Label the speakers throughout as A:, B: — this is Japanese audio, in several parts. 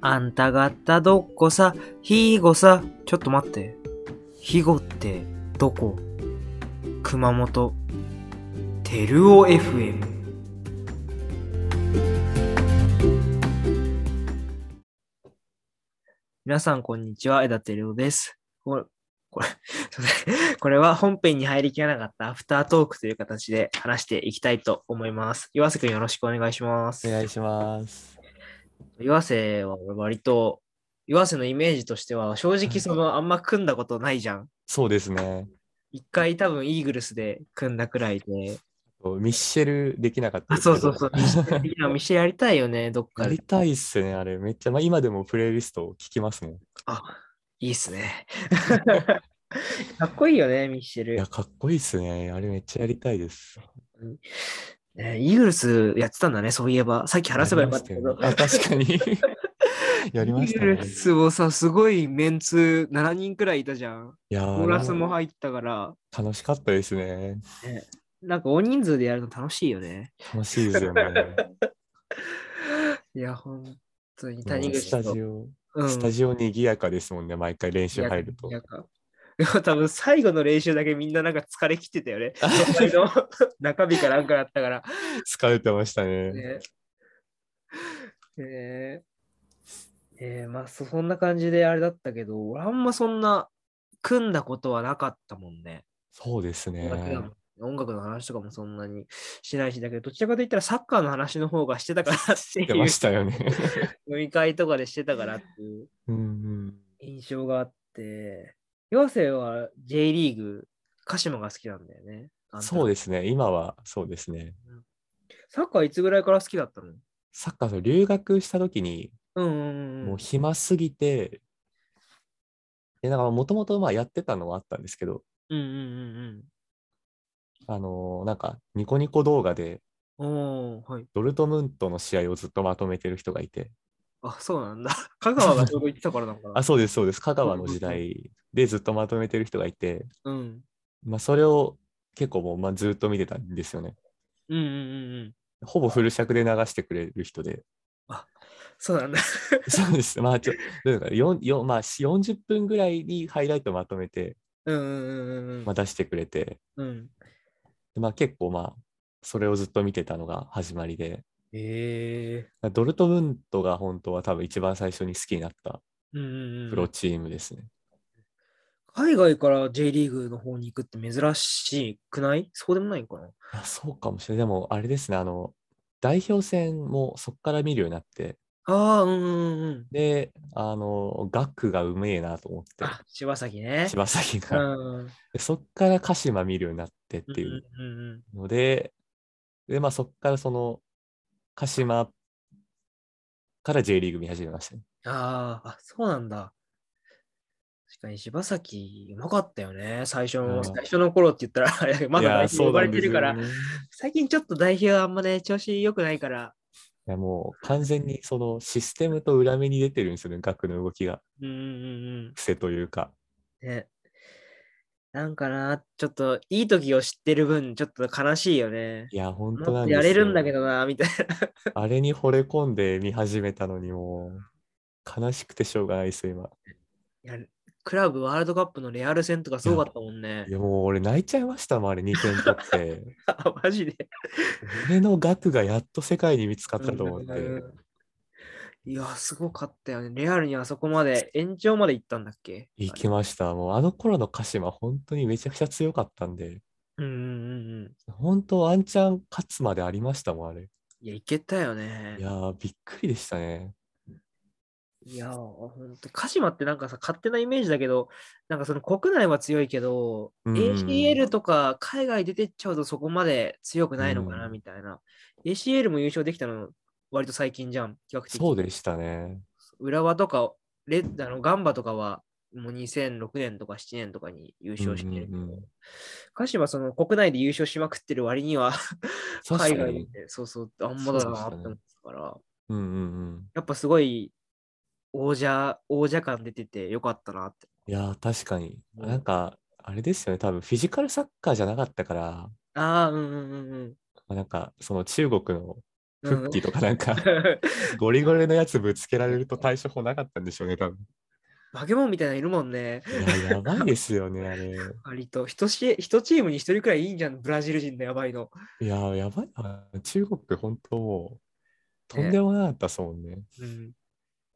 A: あんたがったどっこさ、ひーごさ。ちょっと待って。ひごって、どこ熊本。てるお FM。皆さん、こんにちは。枝てるおです。これ、これ、 すいませんこれは本編に入りきらなかったアフタートークという形で話していきたいと思います。岩瀬くんよろしくお願いします
B: お。願いします。
A: 岩瀬は俺割と、岩瀬のイメージとしては、正直その、あんま組んだことないじゃん。
B: そうですね。
A: 一回多分イーグルスで組んだくらいで。
B: ミッシェルできなかった
A: あ、
B: ですけ
A: そ
B: ど
A: うそうそう。いや、店やりたいよね、どっか
B: や
A: で
B: り。たいっすね、あれ。めっちゃ、まあ、今でもプレイリストを聞きますもん。い
A: あ、いいっすね。かっこいいよね、ミッシェル
B: や、。かっこいいっすね。あれめっちゃやりたいです。
A: ねイーグルスやってたんだね、そういえば。さっき話せばよかったけど。
B: やりましたよねあ、確かに。 やりま
A: イー
B: した
A: グ
B: ね。
A: ルスもさ、すごいメンツ7人くらいいたじゃん。
B: いやー
A: コーラスも入ったから、
B: 楽しかったですね。
A: なんか大人数でやるの楽しいよね。
B: 楽しいですよね。
A: いや、ほんとに
B: も
A: 谷
B: う
A: 口
B: スタ
A: と。
B: ジオ、
A: うん
B: スタジオにぎやかですもんね、毎回練習入ると。
A: なんかでも多分最後の練習だけみんななんか疲れ切ってたよね。 隣の中日かなんかだったから。
B: 疲れてましたね。
A: ねえーえーまあそそんな感じであれだったけど、俺あんまそんな組んだことはなかったもんね。
B: そうですね
A: 音。楽だもん音楽の話とかもそんなにしないし、だけど、どちらかといったらサッカーの話の方がしてたからって
B: やって
A: いう
B: ま、したよね。
A: 飲み会とかでしてたからっていう
B: うんうん。
A: 印象があって、岩瀬は J リーグ、鹿島が好きなんだよね。
B: そう
A: で
B: ですね、今はそうですね。
A: す。サッカーいつぐらいから好きだったの
B: サッカーそう留学した時に、
A: うんうんうん。
B: もう暇すぎて、でなんかもともとまあやってたのはあったんですけど、
A: うんうん
B: あのーなんかニコニコ動画で
A: うんうん。おー、はい。
B: ドルトムントの試合をずっとまとめてる人がいて、
A: あ、そうなんだ。 香川がちょうど行ってたからなのかな。
B: あ、そうです、そうです、香川
A: うん
B: の
A: うんうん
B: 時代でずっとまとめてる人がいて、
A: うん。
B: まあ、それを結構もうまあずっと見てたんですよね。
A: うんうんうんうん。
B: ほぼフル尺で流してくれる 人で、
A: そうなんだ。
B: そうです、まあちょ、どういうのかなよんよんまあ、し40分ぐらいにハイライトまとめて、
A: うんうんうんうん。
B: まあ、出してくれて、
A: うん。
B: でまあ、結構まあそれをずっと見てたのが始まりで
A: え
B: まあドルトムントが本当は多分一番最初に好きになった
A: ー。うんうんうん
B: プロチームですね。
A: 海外から J リーグの方に行くって珍しくないそうでもないんかな。
B: いやそうかもしれない。でもあれですね、あの代表戦もそこから見るようになって、
A: ああ、うんうんうん。
B: で、あの、ガクがうめえなと思って、
A: あ、柴崎ね。
B: 柴崎
A: う
B: が。
A: ん。うん
B: でそっから鹿島見るようになってっ
A: うん
B: ていう
A: うん
B: ので、で、まあそっからその鹿島から J リーグ見始めましたね。
A: あーあ、そうなんだ。確かに柴崎、うまかったよね。最初
B: う
A: の、
B: ん
A: 最初の頃って言ったら、あれ だけどまだ代
B: いや
A: 表
B: そ
A: 呼
B: う
A: ば
B: な
A: れ
B: ん
A: て
B: です
A: るから、
B: よね
A: 最近ちょっと代表あんまね、調子良くないから。
B: いやもう完全にそのシステムと裏目に出てるんですよね、額の動きが。
A: うんうんうん
B: 癖というか。
A: うん。ね。なんかな、ちょっといい時を知ってる分、ちょっと悲しいよね。
B: いや、本当
A: も
B: な
A: っと
B: んです
A: や
B: よ。
A: れるんだけどな、みたい
B: あれに惚れ込んで見始めたのにもう、悲しくてしょうがないですよ、今。
A: な。いやクラブワールドカップのレアル戦とかすごかったもんね
B: い。や、もう俺泣いちゃいましたもん、あれ2点 取って。
A: あ、 マジで。
B: 俺の額がやっと世界に見つかったと思っ
A: うんうん
B: て。
A: うんいや、すごかったよね。レアルにあそこまで、延長まで行ったんだっけ
B: 行きました。もうあの頃の鹿島、本当にめちゃくちゃ強かったんで、
A: うんうんうんうん。
B: 本当ワンチャン勝つまでありましたもん、あれ。
A: いや、いけたよね。
B: いやー、びっくりでしたね。
A: いやー、ほんと、鹿島ってなんかさ、勝手なイメージだけど、なんかその国内は強いけど、
B: うん
A: ACL とか海外出てっちゃうとそこまで強くないのかな
B: うん
A: みたいな。ACL も優勝できたの、割と最近じゃん、比較的。
B: そうでしたね。
A: 浦和とか、レッあのガンバとかは、もう2006年とか7年とかに優勝してるけど、
B: うんうんうん
A: 鹿島その国内で優勝しまくってる割には、
B: 確か
A: 海
B: に
A: 外で、そうそう、あんまだなって
B: そうでした
A: 思っ
B: ね
A: てたから、
B: うんうんうん。
A: やっぱすごい王者、王者感出ててよかったなって。
B: いやー、確かに。
A: うん
B: なんか、あれですよね。多分、フィジカルサッカーじゃなかったから、
A: ああ、うんうんうんうん。
B: まあなんか、その中国のフッキーとかなんか、 ゴリゴリのやつぶつけられると対処法なかったんでしょうね、多分。
A: バケモンみたいなのいるもんね。
B: いや、やばいですよね、あれ。
A: 割と、一し一チームに一人くらいいいんじゃん、ブラジル人のやばいの。
B: いや、やばいな。中国、本当もう、とんでもなかったですもんね。
A: うん。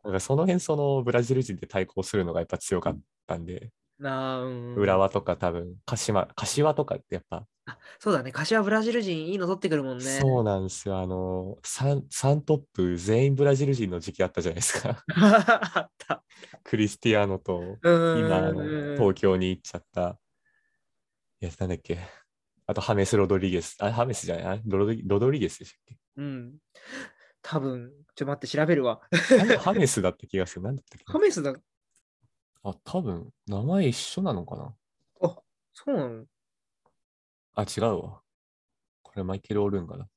B: なんかその辺、そのブラジル人で対抗するのがやっぱ強かったんで、
A: なあ、うん。
B: 浦和とか多分、鹿島、柏とかってやっぱ、
A: そうだね、柏ブラジル人いいの取ってくるもんね。
B: そうなんですよ。あの、3, 三トップ全員ブラジル人の時期あったじゃないですか。
A: あった。
B: クリスティアーノと、
A: うん。
B: 今、あの東京に行っちゃった、やつなんだっけ。あと、ハメス・ロドリゲス。あ、ハメスじゃないあロドリロドリゲスでしたっけ
A: うん。多分、ちょっと待って、調べるわ。
B: なんかハメスだった気がする。なんだったっ
A: ハ
B: け
A: メスだ。
B: あ、多分、名前一緒なのかな
A: そうなの
B: あ、違うわ。これマイケル・オルンガだ。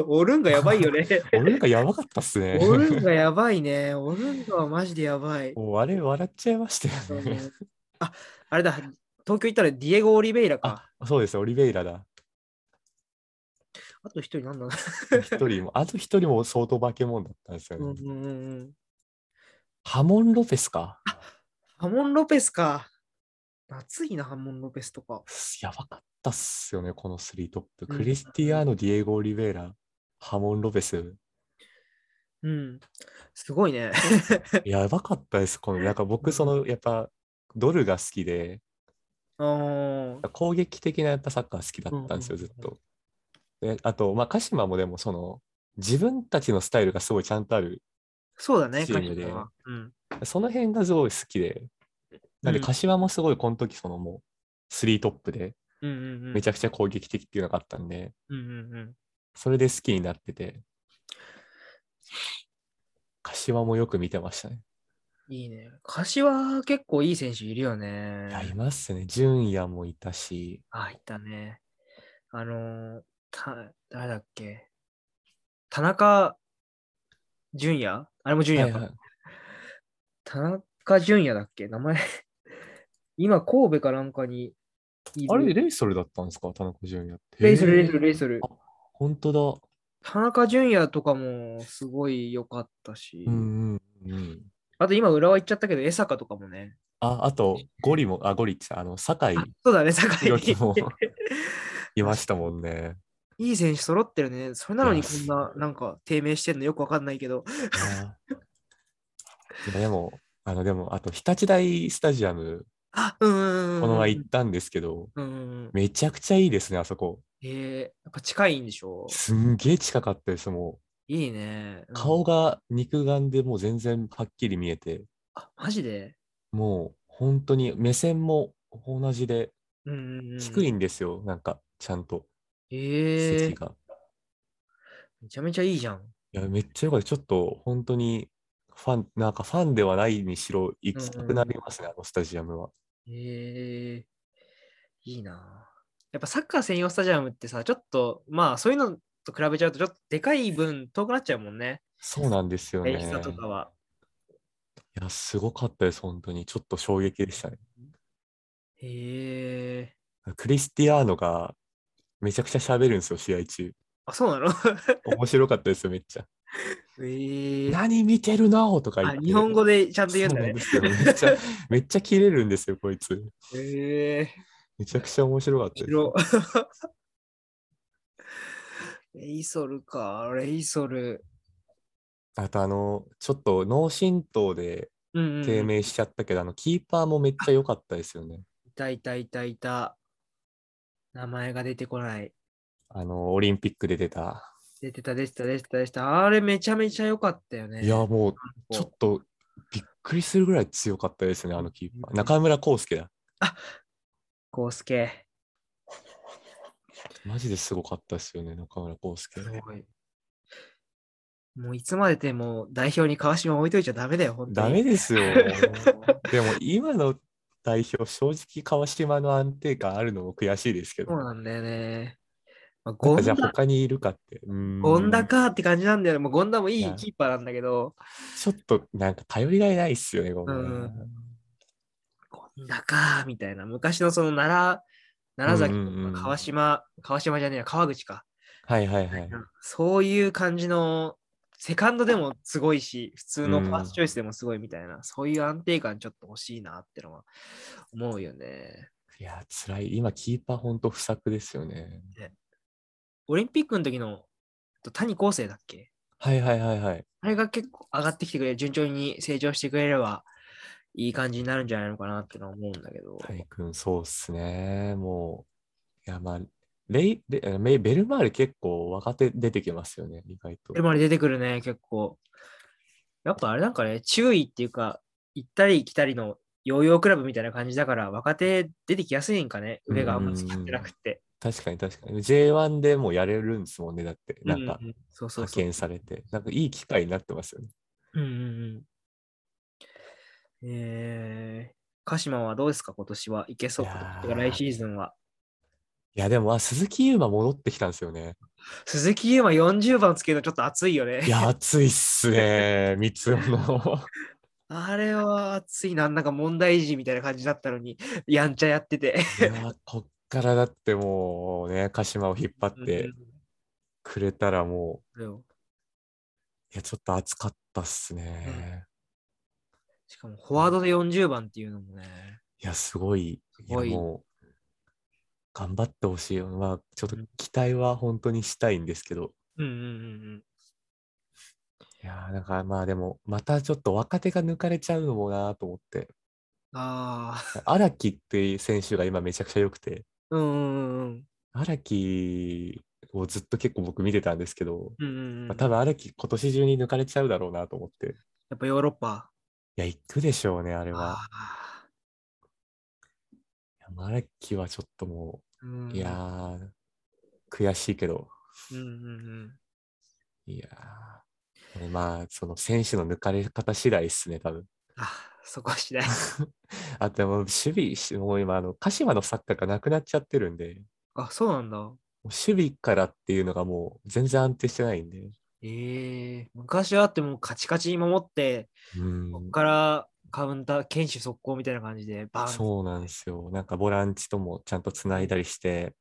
A: オルンガやばい よね。
B: オルンガやばかったっすね。
A: オルンガやばいね。オルンガはマジでやばい。
B: もうあれ、笑っちゃいましたよね。
A: あ、あれだ。東京行ったらディエゴ・オリベイラか。
B: あ、そうです、オリベイラだ。
A: あと一人なんだな。
B: 一人も、あと一人も相当化け物だったんですよ
A: うんう
B: ね。
A: んうんうん。
B: ハモン・ロペスか。
A: ハモン・ロペスか。熱いな、ハモン・ロペスとか。
B: やばかったっすよね、このスリートップ。
A: うん
B: クリスティアーノ、ディエゴ・オリベイラ、ハモン・ロ ペス。
A: うん。すごい ね。
B: やばかったです、この、なんか僕、その、やっぱ、ドルが好きで、
A: あー
B: 攻撃的なやっぱサッカー好きだったんですよ、
A: うんう
B: ず
A: ん
B: っと。であと、まあ、鹿島もでも、その、自分たちのスタイルがすごいちゃんとある。
A: そうだね、
B: チームで
A: カシマはうん。
B: その辺がすごい好きで。なんで、
A: うん
B: 柏もすごい、この時、そのもう、スリートップで、
A: うんうんうん。
B: めちゃくちゃ攻撃的っていうのがあったんで、
A: うんうんうん。
B: それで好きになってて、柏もよく見てましたね。
A: いいね。柏結構いい選手いるよね
B: い。や、いますね。純也もいたし、
A: あ、いたね。あのー、た、誰だっけ。田中純也あれも純
B: は
A: 也
B: い
A: か。
B: はい
A: 田中純也だっけ名前。 今、神戸かなんかにいる
B: あれ、レイソルだったんですか田中純也って。
A: レイソル、
B: へー
A: レイソル、レイソル
B: あ。本当
A: 田中純也とかもすごい良かったし、
B: だ。うんうんうん。
A: あと今、浦和行っちゃったけど、江坂とかもね。
B: あ、あと、ゴリも、あ、ゴリってさ、あの、酒井
A: あそうだね、酒
B: 宏樹
A: 井。
B: もいましたもんね。
A: いい選手揃ってるね。それなのに
B: い
A: こ
B: や
A: んな、なんか、低迷してんのよくわかんないけど。
B: いやでも、あの、でも、あと、日立大スタジアム、
A: あ、うんうんうん。
B: この前行ったんですけど、
A: うんうんうん。
B: めちゃくちゃいいですね、あそこ。
A: えー、やっぱ近いんでしょ
B: すんげえ近かったです、も
A: いいね。う
B: う。
A: ん
B: 顔。が肉眼でもう全然はっきり見えて、
A: あ、マジで
B: もう本当に目線も同じで
A: うんうんうん。
B: 低い。んですよ、なんかちゃんと
A: え
B: 席
A: ー、
B: が。
A: めちゃめちゃいいじゃん。
B: いや、めっちゃよかった。ちょっと本当にファン、なんかファンではないにしろ行きたくなりますね、あのスタジアムは。
A: えー、いいな。やっぱサッカー専用スタジアムってさ、ちょっと、まあそういうのと比べちゃうと、ちょっとでかい分遠くなっちゃうもんね。
B: そうなんですよね。
A: エキサとかは。
B: いや、すごかったです、本当に。ちょっと衝撃でしたね。
A: へえー。
B: クリスティアーノがめちゃくちゃ喋るんですよ、試合中。
A: あ、そうなの
B: 面白かったですよ、めっちゃ。
A: えー、
B: 何見てるのとか言っ
A: あ
B: て。
A: 日本語でちゃんと言うんだ
B: そうな
A: ね
B: んで。すよ。めっちゃ、めっちゃ切れるんですよ、こいつ。
A: へえ
B: めちゃくちゃ面白かったです。
A: 白。 レイソルか、レイソル。
B: あとあの、ちょっと脳震盪で
A: うんうんうん、
B: 低迷しちゃったけど、あの、キーパーもめっちゃ良かったですよね。
A: いたいたいたいた。名前が出てこない。
B: あの、オリンピックで出た。
A: 出てた出てた出てた出てた。あれめちゃめちゃ良かったよね。
B: いや、もう、
A: う
B: ちょっとびっくりするぐらい強かったですね、あのキーパ
A: うん
B: ー。中村康介だ。
A: コウスケ。
B: マジですごかったですよね、中村康介。
A: すごい。もういつまででも代表に川島置いといちゃダメだよ、本当
B: ダ
A: に。
B: メですよ。でも、今の代表、正直、川島の安定感あるのも悔しいですけど
A: そう。なんだよね。まあ、ゴン
B: じゃあ、
A: ダ、
B: 他にいるかって。うーん
A: ゴンダかって感じなんだよね。もうゴンダもい
B: い
A: い
B: や
A: キーパーなんだけど、
B: ちょっとなんか頼りがいないっすよね、ごめ。
A: うんゴンダかみたいな。昔のその奈良、奈良崎
B: うんうんう
A: と
B: ん
A: か川島、川島じゃねえや、川口か。
B: はいはいはい。
A: そういう感じの、セカンドでもすごいし、普通のファーストチョイスでもすごいみたいな、そういう安定感ちょっと欲しいなってのは思うよね。
B: いや、辛い。今、キーパーほんと不作ですよね。
A: オリンピックの時のと谷康生だっけ
B: はいはいはいはい。
A: あれが結構上がってきてくれ、順調に成長してくれれば、いい感じになるんじゃないのかなってのは思うんだけど。
B: 谷君、そうっすね。もう、いや、まあ、レイ、レあメイベルマーレ結構若手出てきますよね、意外と
A: これ。まで出てくるね、結構。やっぱあれなんかね、注意っていうか、行ったり来たりのヨーヨークラブみたいな感じだから、若手出てきやすいんかね、上があんま使ってなくて。
B: 確かに確かに。J1 でもうやれるんですもんね、だって。なんか
A: う、うそうそう
B: 派
A: そう。
B: 遣されて。なんか、いい機会になってますよね。
A: うんうんうん。えー、鹿島はどうですか、今年は。いけそうか。
B: いやー
A: 来シーズンは。
B: いや、でも、あ鈴木優馬戻ってきたんですよね。
A: 鈴木優馬40番つけるのちょっと熱いよね
B: い。や、熱いっすね。三つ男の。
A: あれは熱いな、なんか問題児みたいな感じだったのに、やんちゃやってて。
B: いや、こっからだってもうね、鹿島を引っ張ってくれたらも
A: うんうん
B: う、いや、ちょっと熱かったっすね。
A: しかも、フォワードで40番っていうのもね。
B: いや、すごい。
A: すごい
B: やもう、頑張ってほしいよ。まあ、ちょっと期待は本当にしたいんですけど。
A: うんうんうん
B: いやー、なんかまあでも、またちょっと若手が抜かれちゃうのもなーと思って。
A: うん。ああ、
B: 荒木っていう選手が今めちゃくちゃ良くて、
A: うんうんうん
B: 荒木をずっと結構僕見てたんですけど、
A: うんうんう
B: まあ、
A: ん。
B: 多分荒木今年中に抜かれちゃうだろうなと思って。い
A: やっぱヨーロッパ。
B: や、行くでしょうね、あれは。
A: あ
B: いやまあ荒木はちょっとも
A: ーうん
B: う、いやー、悔しいけど、
A: うんうん
B: いやー。でもまあ、その選手の抜かれ方次第ですね、多分。
A: あーそこは次第。
B: あと、もう守備し、もう今、あの、鹿島のサッカーがなくなっちゃってるんで、
A: あ、そうなんだ。
B: もう守備からっていうのがもう全然安定してないんで。
A: ええ昔はあってもうカチカチに守って、
B: うん
A: こっからカウンター、堅守速攻みたいな感じで、バーン
B: そうなんですよ。なんかボランチともちゃんとつないだりして、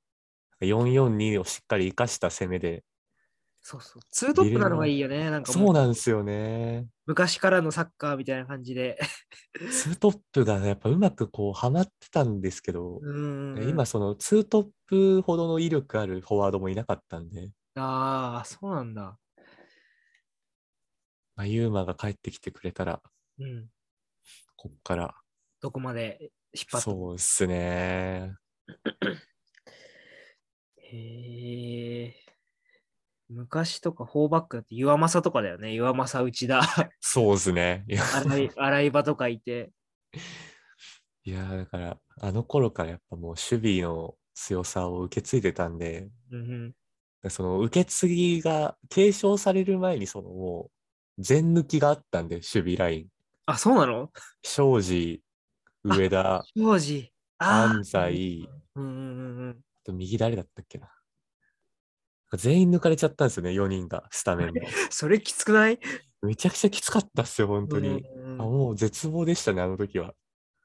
B: 442をしっかり生かした攻めで。
A: そうそう。ツートップなのがいいよね。なんか
B: そう
A: もう
B: なんですよね。
A: 昔からのサッカーみたいな感じで。
B: ツートップがやっぱうまくこうはまってたんですけど、
A: うんうんうん。
B: 今そのツートップほどの威力あるフォワードもいなかったんで、
A: ああ、そうなんだ。
B: まあ、ユーマが帰ってきてくれたら、
A: うん。
B: こっから。
A: どこまで引っ張って
B: そうですね。
A: へえ。昔とか、フォーバックだって、岩政とかだよね。岩政内田、
B: そうですね。いや
A: 洗い洗い場とかいて。
B: いやーだからあの頃からやっぱもう守備の強さを受け継いでたんで
A: うんうん、
B: その受け継ぎが継承される前にそのもう全抜きがあったんで守備ライン
A: あ、そうなの
B: 庄司上田
A: 当時。あー
B: 安西
A: うんうんうんうん。
B: あと右誰だったっけな全員抜かれちゃったんですよね4人がスタメンの
A: それきつくない
B: めちゃくちゃきつかったっすよ本当に、
A: うんうん
B: あ
A: うん
B: もう絶望でしたねあの時は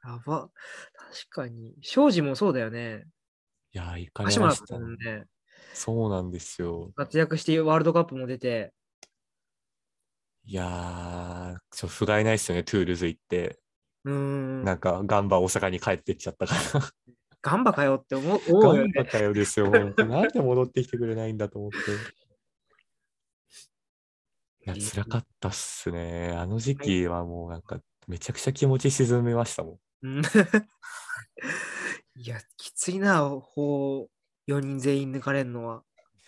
A: やば。確かに。庄司もそうだよね。
B: いやー行か
A: 鹿
B: れ
A: 島
B: ま
A: だっ
B: した
A: た
B: ね
A: もんね。
B: そうなんですよ
A: 活躍してワールドカップも出て。
B: いやーちょっと不甲斐ないっすよねトゥールズ行って
A: うんうんう。
B: なんんか、ガンバ大阪に帰ってっちゃ ったから。
A: ガンバかよって思う思
B: ガ
A: うよ
B: ン
A: ね。
B: バかよですよ。本当なんで戻ってきてくれないんだと思って。いや、辛かったっすね。あの時期はもうなんか、めちゃくちゃ気持ち沈めましたもん。
A: うん いや、きついな、ほう、4人全員抜かれんのは。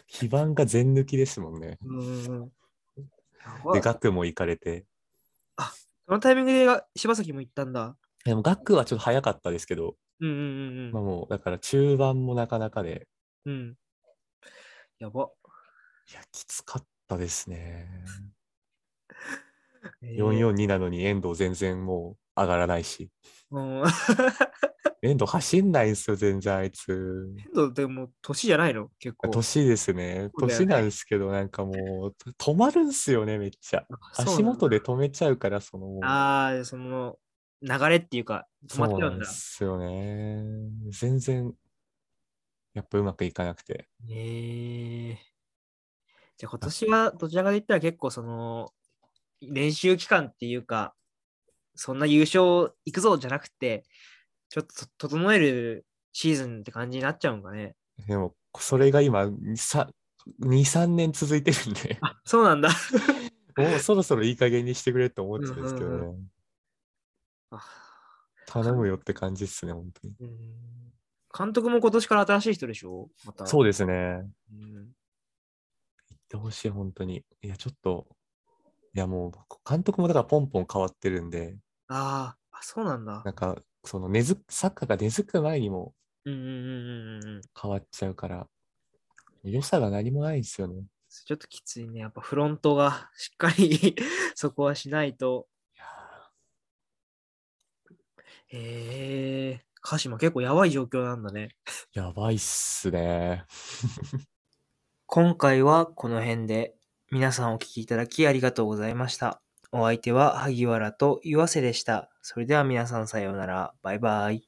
B: 基盤が全抜きですもんね。
A: うんうんうん。やば
B: で、ガクも行かれて。
A: そのタイミングでが柴崎も行ったんだ。
B: でも、ガクはちょっと早かったですけど、
A: うんうんうん
B: まあもう、だから中盤もなかなかで、
A: うん。うん。やば。
B: いや、きつかったですね。
A: えー
B: 442なのに遠藤全然もう上がらないし。
A: うん。
B: 遠藤走んないんすよ、全然あいつ。
A: 変動でも年じゃないの結構。
B: 年ですね。
A: そうだよね
B: 年なんですけど、なんかもう、と止まるんすよね、めっちゃ。
A: あそうなんだ
B: 足元で止めちゃうから、そのもう、
A: ああ、その流れっていうか、止まっ
B: そう
A: ちゃ
B: な
A: うん
B: ん
A: だ
B: で。すよね。全然、やっぱうまくいかなくて。
A: ええじゃあ今年はどちらかといったら結構その練習期間っていうか、そんな優勝行くぞじゃなくて、ちょっと整えるシーズンって感じになっちゃうんかね。
B: でも、それが今、さ2、3年続いてるんで、
A: あそう なんだ。
B: もうそろそろいい加減にしてくれって思ってたんですけど
A: うんう
B: ね。
A: あ
B: 頼むよって感じですね、本当に。
A: うん監督も今年から新しい人でしょまた。
B: そうですね。
A: うん
B: 言ってほしい、本当に。いや、ちょっと、いや、もう、監督もだからポンポン変わってるんで、
A: あーあ、そうなんだ
B: な。んか、その根付く、サッカーが根付く前にも
A: うんうんうんうんうん。
B: 変わっちゃうから、良さが何もないんですよね。い
A: ちょっときついね。やっぱフロントがしっかり そこはしないと。
B: や
A: えー、鹿島結構やばい状況なんだね。
B: ーやばいっすね。
A: 今回はこの辺で皆さんお聞きいただきありがとうございました。お相手は萩原と岩瀬でした。それでは皆さんさようなら。バイバイ。